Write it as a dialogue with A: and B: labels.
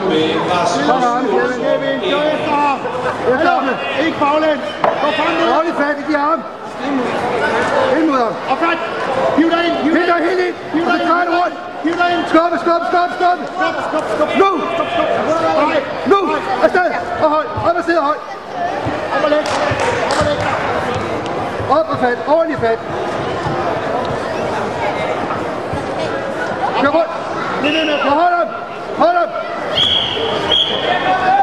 A: Lars
B: Sådan, Kevin. Kør efter ham. Efter ham. Ikke baglæns. Gå frem nu.
C: Hold i fat i de arme. Ind mod ham.
B: Og fat. Hiv dig ind. Hiv
C: Hind dig helt ind.
B: Hiv
C: Og
B: dig
C: så
B: ind.
C: drejer du rundt.
B: Hiv dig ind.
C: Skubbe, skubbe, skubbe, skubbe.
B: Stop, stop, stop.
C: Nu.
B: Stop, stop. Nej.
C: Nu. Afsted. Og hold. Op og sidde og hold.
B: Op og læg. Op og læg dig.
C: Op og fat. Ordentligt fat. Kør rundt.
B: Lidt ind.
C: Og hold op. Hold op.